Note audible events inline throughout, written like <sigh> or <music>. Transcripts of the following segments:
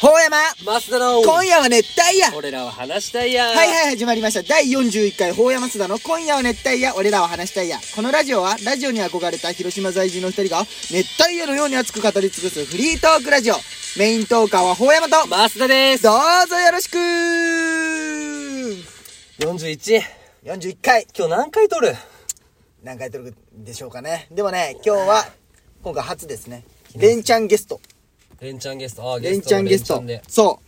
ほうやま増田の今夜は熱帯夜俺らは話したいやはいはい始まりました第41回ほうやますだの今夜は熱帯夜俺らは話したいやこのラジオはラジオに憧れた広島在住の2人が熱帯夜のように熱く語り尽くすフリートークラジオメイントーカーはほうやまとど増田ですうぞよろしくー 41! 41回今日何回撮る何回撮るでしょうかねでもね今日は今回初ですねレンチャンゲストレンチャンゲストあーレンチャンゲストレンチャンでそ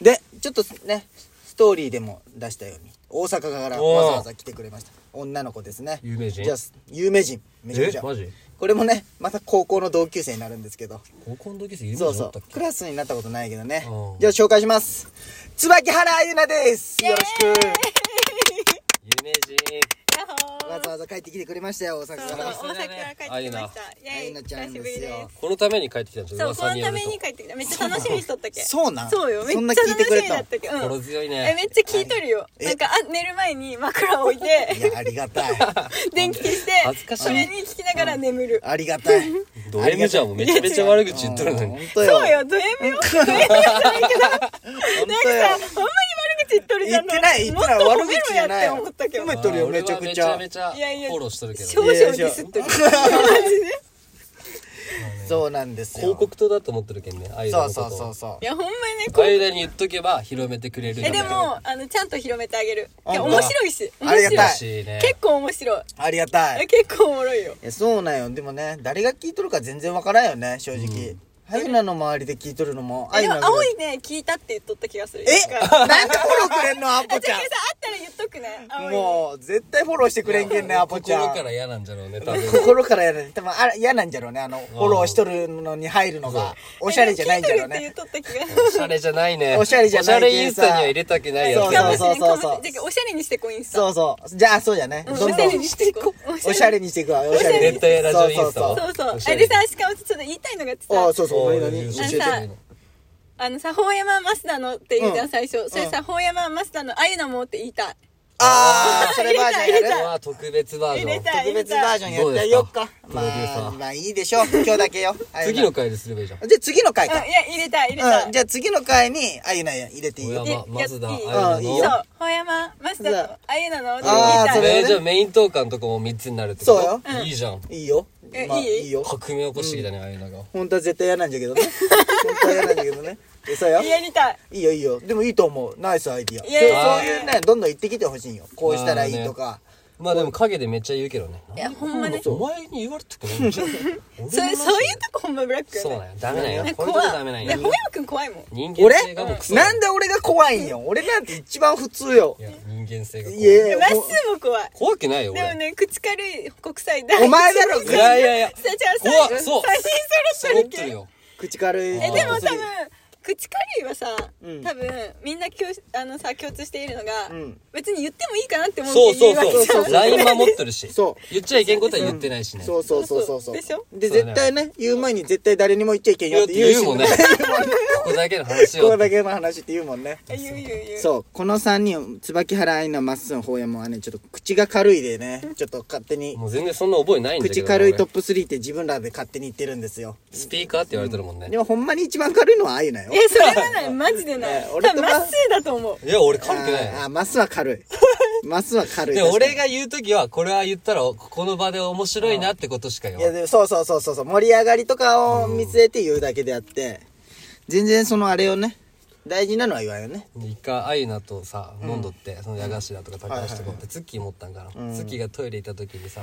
うでちょっとねストーリーでも出したように大阪からおーわざわざ来てくれました女の子ですね有名人じゃあ有名人めちゃくちゃえマジこれもねまた高校の同級生になるんですけど高校の時ですそうだそったっうけクラスになったことないけどねうんじゃあ紹介します椿原優奈ですよろしく有名人ヤッホーわざわざ帰ってきてくれましたよ大阪そうかそうら大そう阪だねから帰ってきましたイあェゆなイちゃ久んしでぶりすよですこのために帰ってきたんですそようこ噂にのよたるめとに帰ってきためっちゃ楽しみにしとったっけそうなんそうよめっちそんなゃ聞いて楽しくれみただったっけうん心強いねえめっちゃ聞いとるよなんかあ寝る前に枕を置いいてやありがたい電気消して恥ずかしいそれに聞きながら眠るありがたい <laughs> ド M じゃんもうめちゃめちゃ悪口言っとるのに本当よそうよド M よド M じゃないけどなんかさ本当よほんまに悪口言っとるじ言ゃっんてない言っもってないと悪褒め口ろじやゃっないてよ思ったけど褒めとるよあーめちゃくち俺ゃはめちゃめいちやいゃやフォローしとるけ少ど々ディスってる <laughs> そうなんですよ広告塔だと思ってるけんねあゆそのうことそうをそうそういやほんまにねこうあゆらに言っとけば広めてくれるえでもあのちゃんと広めてあげるいやあほんと面白いし面ありが白いたい嬉しいね結構面白いありがた <laughs> えい結構おもろいよいやそうなんよでもね誰が聞いとるか全然わからんよね正直あゆなの周りで聞いとるのもあえゆでもなぐら青いね聞いたって言っとった気がするえなんかなんでフォローくれんのアあポちじゃゃあんさあったら言っとくね青いもう絶対フォローしてくれんけんねアポちゃん心から嫌なんじゃろうね多分 <laughs> 心からやる多分あら嫌なんじゃろうねあのフォローしとるのに入るのがおしゃれじゃないんじゃろうえでねも聞いとるってお言っとった気がするしゃれじゃないねおしゃれじゃないおしゃれインスタには入れたくないやそつうそかもうしそうれんそうかそうもしれんじゃあおしゃれにしてこうインスタそうそうじゃあそうじゃねうんどんどんおしゃれにしてこうおしゃれにしていくわおしゃれに絶対ラジオインスタそうそうそうそうそうおしゃえれでさしかもちょっと言いたいのがってあさあそうそう何何教そうえあてのさあのさ「法山増田の」って言うじゃうんん最初それうさ「法山増田のあゆなも」って言いたいああそれバージョンや入るれうわ特別バージ入れョンた特別バージョンやってあげよっかまどうですかプロデューサあーまあいいでしょう今日だけよ <laughs> 次の回ですればいいじゃんあじゃあ次の回うんいかや入れたい入れたいうんじゃあ次の回にあゆなや入れていいよおいややまずだいいあゆいいよのそう、ほやま、マスターと、あゆなのって聞いあーたそれえーじゃあメイントーカーのとこも3つになるってことそうよいいじゃんいいよえまあいいいいよ革命起こしてきたねあゆなが本当は絶対嫌なんじゃけどね本当は嫌なんじゃけ <laughs> どねえそうよやりたい。いいよいいよでもいいと思うナイスアイディアいやいやそうそういうねどんどん言ってきてほしいんよこうしたらいいとか、まあでも影でめっちゃ言うけどねいや、ほんまね。そお前に言われたくないんじゃんう、そういうとこほんまブラックそうよなんね。やダメなんいややこう怖いうい。とこダメなんいやや、ほやまくん怖いもん。人間俺性がもうクソだなんで俺が怖いんよ俺なんて一番普通よいや人間性がい怖いえまっすーも怖い。怖くないよでも俺ね、口軽い国際お大お前だろいやいやいやスタジオ怖さっん、そう三人揃揃っっててるけるん。よ口軽いえ、でも多分、口軽いはさ、うん多分、みんな共し、あのさ、共通しているのがうん、別に言ってもいいかなって思うそうけどそう言われちゃそう LINE 守ってるしそう言っちゃいけんことは言ってないしねそうそうそうそうそうでしょでそうだね絶対ね言う前に絶対誰にも言っちゃいけんよって言うし言うもんねここだけの話こよこだけの話って言うもんねえ言う言う言う。そうこの3人椿原愛のまっすんほうやもはねちょっと口が軽いでねちょっと勝手にもう全然そんな覚えないんだけど口軽い俺トップ3って自分らで勝手に言ってるんですよスピーカーって言われてるもんねでもほんまに一番軽いのはあゆなよえ、それは <laughs> ない、マジでないね。多俺と分、まっすーだと思う。いや俺軽くあーなあーマスは軽い <laughs> マスは軽いいで確かに俺が言う時はこれは言ったらここの場で面白いなってことしか言いわやないでもそうそうそうそうそう盛り上がりとかを見据えて言うだけであって、全然そのあれをね大事なのは言わんよね一回アイナとさ飲んどって、その矢頭とか高橋とかってツッキー持ったんかな、ツッキーがトイレ行った時 <laughs> にさ、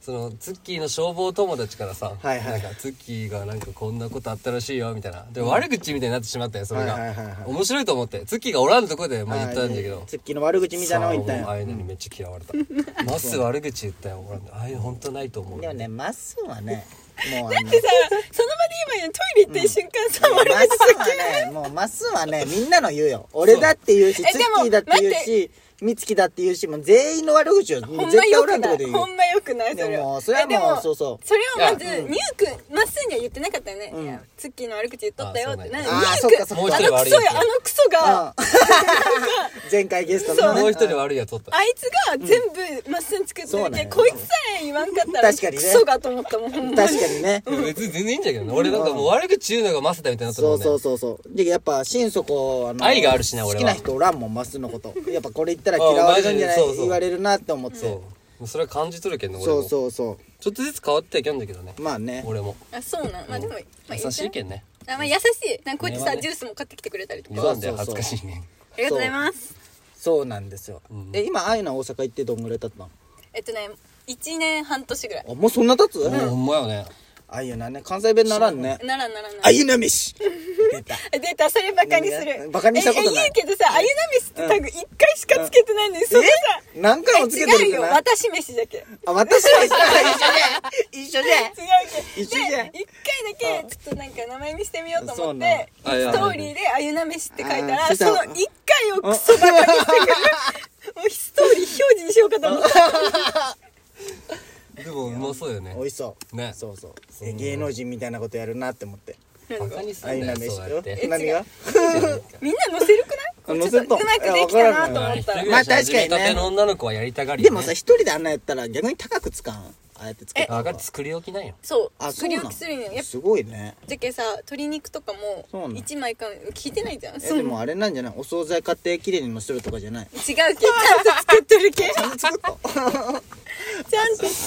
そのツッキーの消防友達からさ、はいはいなんかツッキーがなんかこんなことあったらしいよみたいなで、悪口みたいになってしまったよそれが、はいはいはいはい面白いと思ってツッキーがおらんとこで、まあ、言ったんだけあーどツッキーの悪口みたいなのを言ったんさあもうアよイナにめっちゃ嫌われた、マッスー悪口言ったよ俺アイナ本当ないと思うでもねマスはねもうあの <laughs> でさ、その場で今言うトイレ行ってる瞬間さ、悪マ口スはねもうマスはねみんなの言うよ俺だって言うしそうツッキーだって言うし美月だっていうしもう全員の悪口をほん絶ま対よ俺らくのとこなでい言うほんまよくないそれでもはそれはえでもうそうそうそれをまずいニューくんまっすーには言ってなかったよね、んいやツッキーの悪口言っとったよってなあニュそうなんやーあーそっかくそっかもう一あ人の悪クいソやつやあのクソがうん <laughs> 前回ゲストのもうね一人悪いやつおったあいつが全部まっすーに作ってそうるなんけやこいつさえ言わんかったら確かにねクソがと思ったもんほんまに確かにねいや別に全然いいんじゃけどね俺なんかもう悪口言うのがマセタみたいになったそもうんねそうそうそうでやっぱ心底あの愛があるしな俺は好きな人おらんもんマスのことやっぱこれ言ったらうん嫌われるんじゃないマジでそうそう言われるなって思ってそうもうそれは感じとるけんね俺そもうそうそちょっとずつ変わってはいけんだけどねうまあね俺もあそうなんまあでも、まあ、優しいけんんねあ、まあ、優しいなんかこうやってさ、ねジュースも買ってきてくれたりとそかうなんだよそうそう恥ずかしいねありがとうございますそうなんですよえ今あゆな大阪行ってどんぐらい経ったのえっとね1年半年ぐらいあもうそんな経つもうほんまよねあゆなね関西弁ならんねならんならんならあんゆな飯出 <laughs> た <laughs> 出たそれバカにすいやるバカにしたことないええ言うけどさあゆな飯ってタグ1回しかつけてないのにそれさ何回もつけてる違うけよどな私飯だけ違うあ私は一緒だ一緒じゃけ一緒じどゃんで1回だけちょっとなんか名前見してみようとそう思っなんてストあいやーリーで「あゆな飯」って書いたあーそらしたそらの1回をクソバカにして <laughs> くるもうストーリー表示にしようかと思ったでもうまそうよ <laughs> ね美味しそうねそうそうえ芸能人みたいなことやるなって思ってバカにすあんゆななよ飯そうやっよて何がみんな載せるくあな載いせちょたっとうまくできたなとまあ思一っ人たら暮らしまあ確かにね始めたての女の子はやりたがりよでねもさ一人であんなやったら逆に高くつかんああやってつけたあ方がが作り置きなんよそうあそう作りな置きするんよやのっぱすごいねじゃけさ鶏肉とかもそうなの1枚か聞いてないじゃんえそでのもあれなんじゃないお惣菜買ってきれいにのせるとかじゃない違うけちゃんと作っとるけ <laughs> ちゃん作ったと作っ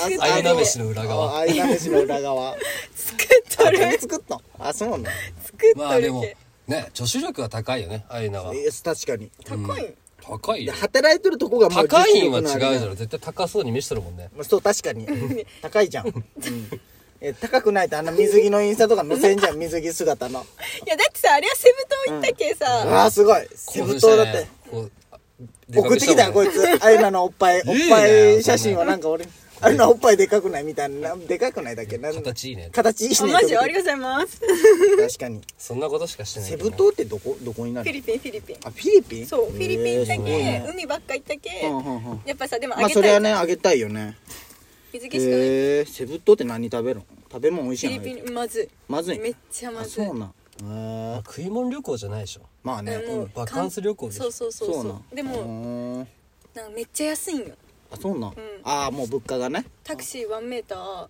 あゆとなる飯の裏あ側あゆな飯の裏 <laughs> 側作っとあるれ作ったあそうなの作 <laughs> っまとあるでけ、もね女子力は高いよねあゆなはえ確かに高いん高いでよ働いてるとこがもう高いんは違う実じ力のあれゃろ絶対高そうに見せてるもんねまあそう確かに <laughs> 高いじゃん、うん、え高くないとあんな水着のインスタとか載せんじ <laughs> ゃん水着姿のいやだってさあれはセブ島行ったけさ、ああすごいセブ島だってこう送ってきたよこいつあゆなのおっぱいおっ <laughs> いいねぱい写真はなんか俺あゆなおっぱいでかくないみたいなでかくないだっけなん形いいね形いいねあマジあ特りにがとうございます確かにそんなことしかしてないセけどブね島ってどこどこになフィるリピンフィリピンあフィリピンそうフィリピン行ったへけ、ーすごいね海ばっか行ったけ、うんうんうんやっぱさでもあまあげそたいじれゃはん、ねあげたいよね水着しかない、えー、セブ島って何食べるの食べ物美味しフいィやリんピンまずいまずいめっちゃまあずいそうなんえあー食い物旅行じゃないでしょまあねうんもうバカンス旅行でしょそうそうそうそうなんでも、うーんなんかめっちゃ安いんよあそうなん、ああもう物価がねタクシー1メーター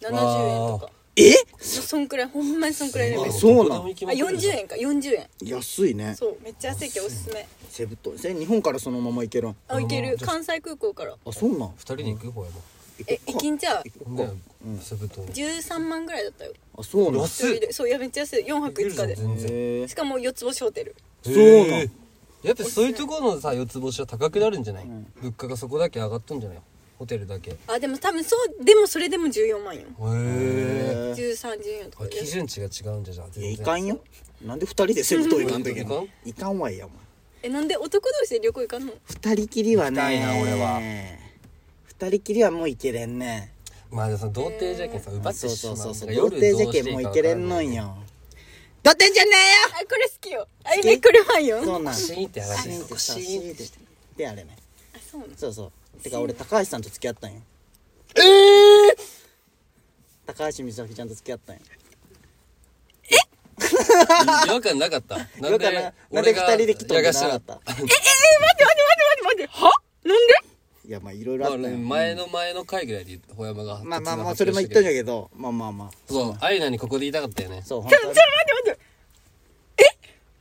70円とわかえそんくらいほんまにそんくらいのレベルああそうなのどこでも行きますよ40円か40円安いねそうめっちゃ安いけどおすすめセブ島え日本からそのまま行けるんあいける関西空港からあそうなん二人で行く方やもえ行きんちゃうほんでセブ島13万ぐらいだったよあそうなん安一人でそういやめっちゃ安い4泊5日で全然へえしかも4つ星ホテルそうなのやっぱそういうところのさ四つ星は高くなるんじゃない物価がそこだけ上がっとんじゃないホテルだけへあでも多分そうでもそれでも14万よえ1314とか基準値が違うんじゃじゃあいや全い然かんよなんで二人でセブ島行かんといけう <laughs> なんいいかんわいやお前えなんで男同士で旅行行かんの二人きりはね行きたいな俺は二人きりはもう行けれんねまあでもその童貞じゃけんさ奪ってそうしそまううそうそうなんか童夜貞じどゃうけしてんもうか行わけかられんのんよだってんじゃねあこれ好きよあいねこれファンよえよそうなんシーンってやらシれーるンってシさシーンーンってってしてであれねあそうなのそうそうてか俺高橋さんと付き合ったんよええ高橋美咲ちゃんと付き合ったんよ違和感なかった。よくななんで二人で来とんじゃなかった待って待って待って待ってはなんでいやまあいろいろあまっあたねよ前の前の回ぐらいでほやまがまあまあまあそれも言ったんじじゃゃけどまあまあまあそうアイナにここで言いたかったよねそう本ちょ、ち当ょ、に待って待って。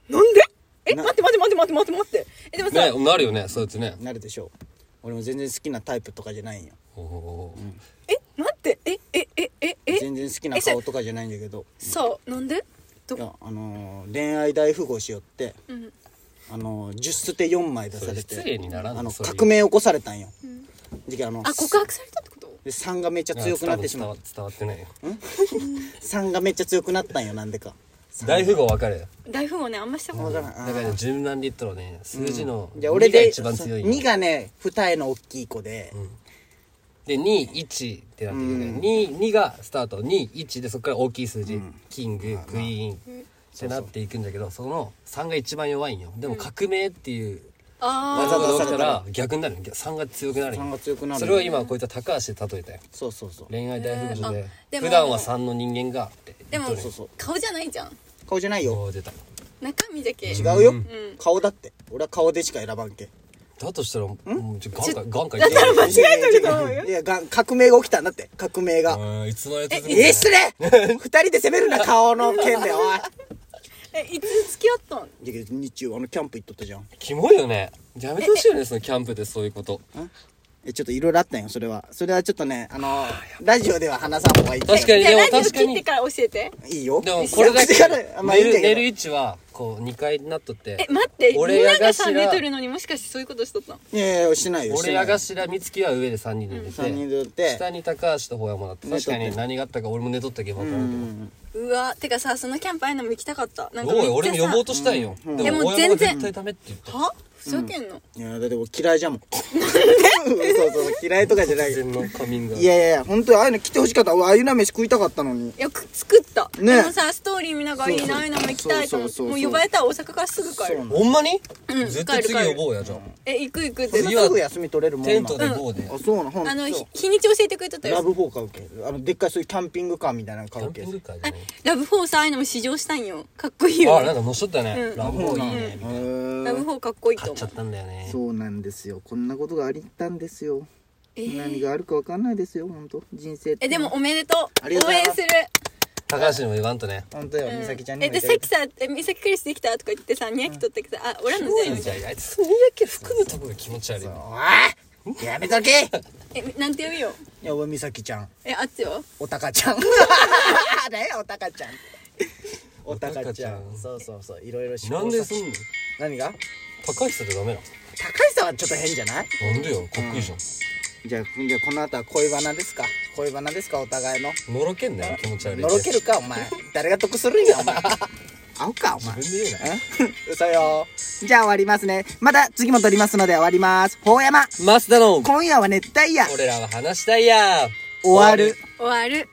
えなんでえ、な待って待って待って待って待って待って。え、でもさ、ねなるよねそうやってねなるでしょう俺も全然好きなタイプとかじゃないんよおおえ、待って、え、え、え、え、え、全然好きな顔とかじゃないんだけどさあ、なんでどいやあのー恋愛大富豪しよって、あのー10捨て4枚出されてそれ失礼にならんのあのそういう革命起こされたんよ、であのあ、告白されたってことで3がめっちゃ強くなってしまう伝わってないよ3がめっちゃ強くなったんよなんでか大富豪分かる大富豪ね、あんましたことない。だからね順番で言ったらね数字のじゃあ俺2がで一番強い2がね二重の大きい子で、で21ってなってくるね2 2がスタート21でそこから大きい数字キングクイーンってなっていくんだけどその3が一番弱いんよでも革命っていうあわ男ざ出さが起きれたたらら逆になる3が強くなる3が強くなるそれを今こういった高橋で例えたよそうそうそう恋愛大福女えーあででも普段は3の人間がってーでもそうそう顔じゃないじゃん顔じゃないよそう出た中身じゃけ違うよ、ん顔だって俺は顔でしか選ばんけだとしたらもうちょ眼科眼科だ行っってら間違えとると思うよいやが革命が起きたんだって革命がうんいつのやつえー、失礼二人で攻めるな顔の件でおいえいつ付き合ったんだけど日中あのキャンプ行っとったじゃんキモいよねやめてほしいよねそのキャンプでそういうことえちょっといろいろあったんよそれはそれはちょっとねあのラジオでは話さん方がいい確かにいやでもラジオ確か切ってにから教えてにいいよでもこれだけいやだからまあい寝いんだるけ寝どる位置はこう2階になっとってえ待って俺俺ややががししらら寝とるのにもしかしてそういうことしとったのいやいやしてないよして俺なやいがしら美月は上で3人で寝て三人で寝て下に高橋とほやもだって寝とっ確てかに何があったか俺も寝とったけど分かるけうわてかさそのキャンプああいうのも行きたかったなんどかおめっいち俺ゃさも呼ぼうとしたんよででもほやもが全然絶対ダメって言ったはふざけんの、いやだって俺嫌いじゃんもんそうそう嫌いとかじゃない突よ然の仮眠がいやいやいや本当にああいうの来てほしかった俺ああいうな飯食いたかったのにいやく作った、ねでもさストーリー見ながらいいなああいうのも行きたいと思っそてうそうそうもそうう呼ばれたら大阪からすぐ帰そうなるのほんまにうん絶対次帰る帰る呼ぼうやじゃんえ行く行くってそんなすぐ休み取れるもんなテントで行こうであそうなのほんあのとひそう日にち教えてくれとったラよブフォー買うけあのでっかいそういうキャンピングカーみたいなの買うキけャンピングカーじあゃないラブフォーさああいうのも試乗したんよかっこいいあよなんねか乗っしとったねうんラブホーいいねへーラブフォーかっこいい買とっ思ちゃったんだよねそうなんですよこんなことがありったんですよ、えー何があるかわかんないですよ本当人生ってえでもおめでとあうりがとうご応ざい援ますする高橋にも言わんとね本当よ、美咲ちゃんにえも言でってあげさってきさえ美咲彼氏できたとか言ってさニヤキとったけどさあ俺らのじゃんみじたゃいなああいつにやけ含むとこが気持ち悪いおいやめとけいえなんて呼ぶよや <laughs> おい美咲ちゃんえあっちよおたか <laughs> ちゃんねおたかちゃんおたかちゃおたかちゃんんそうそうそういろいろ試行錯な誤んですんの何が高橋さんってダメな高橋さんはちょっと変じゃないのなんでよかっこいいじゃんじゃあじゃあこの後は恋バナですか恋バナですかお互いののろけんなよ気持ち悪いのろけるかお前誰が得するんやお <laughs> 前合うかお前自分で言うなうそよじゃあ終わりますねまた次も撮りますので終わりますほうやまマスダの今夜は熱帯夜俺らは話したいや終わる終わる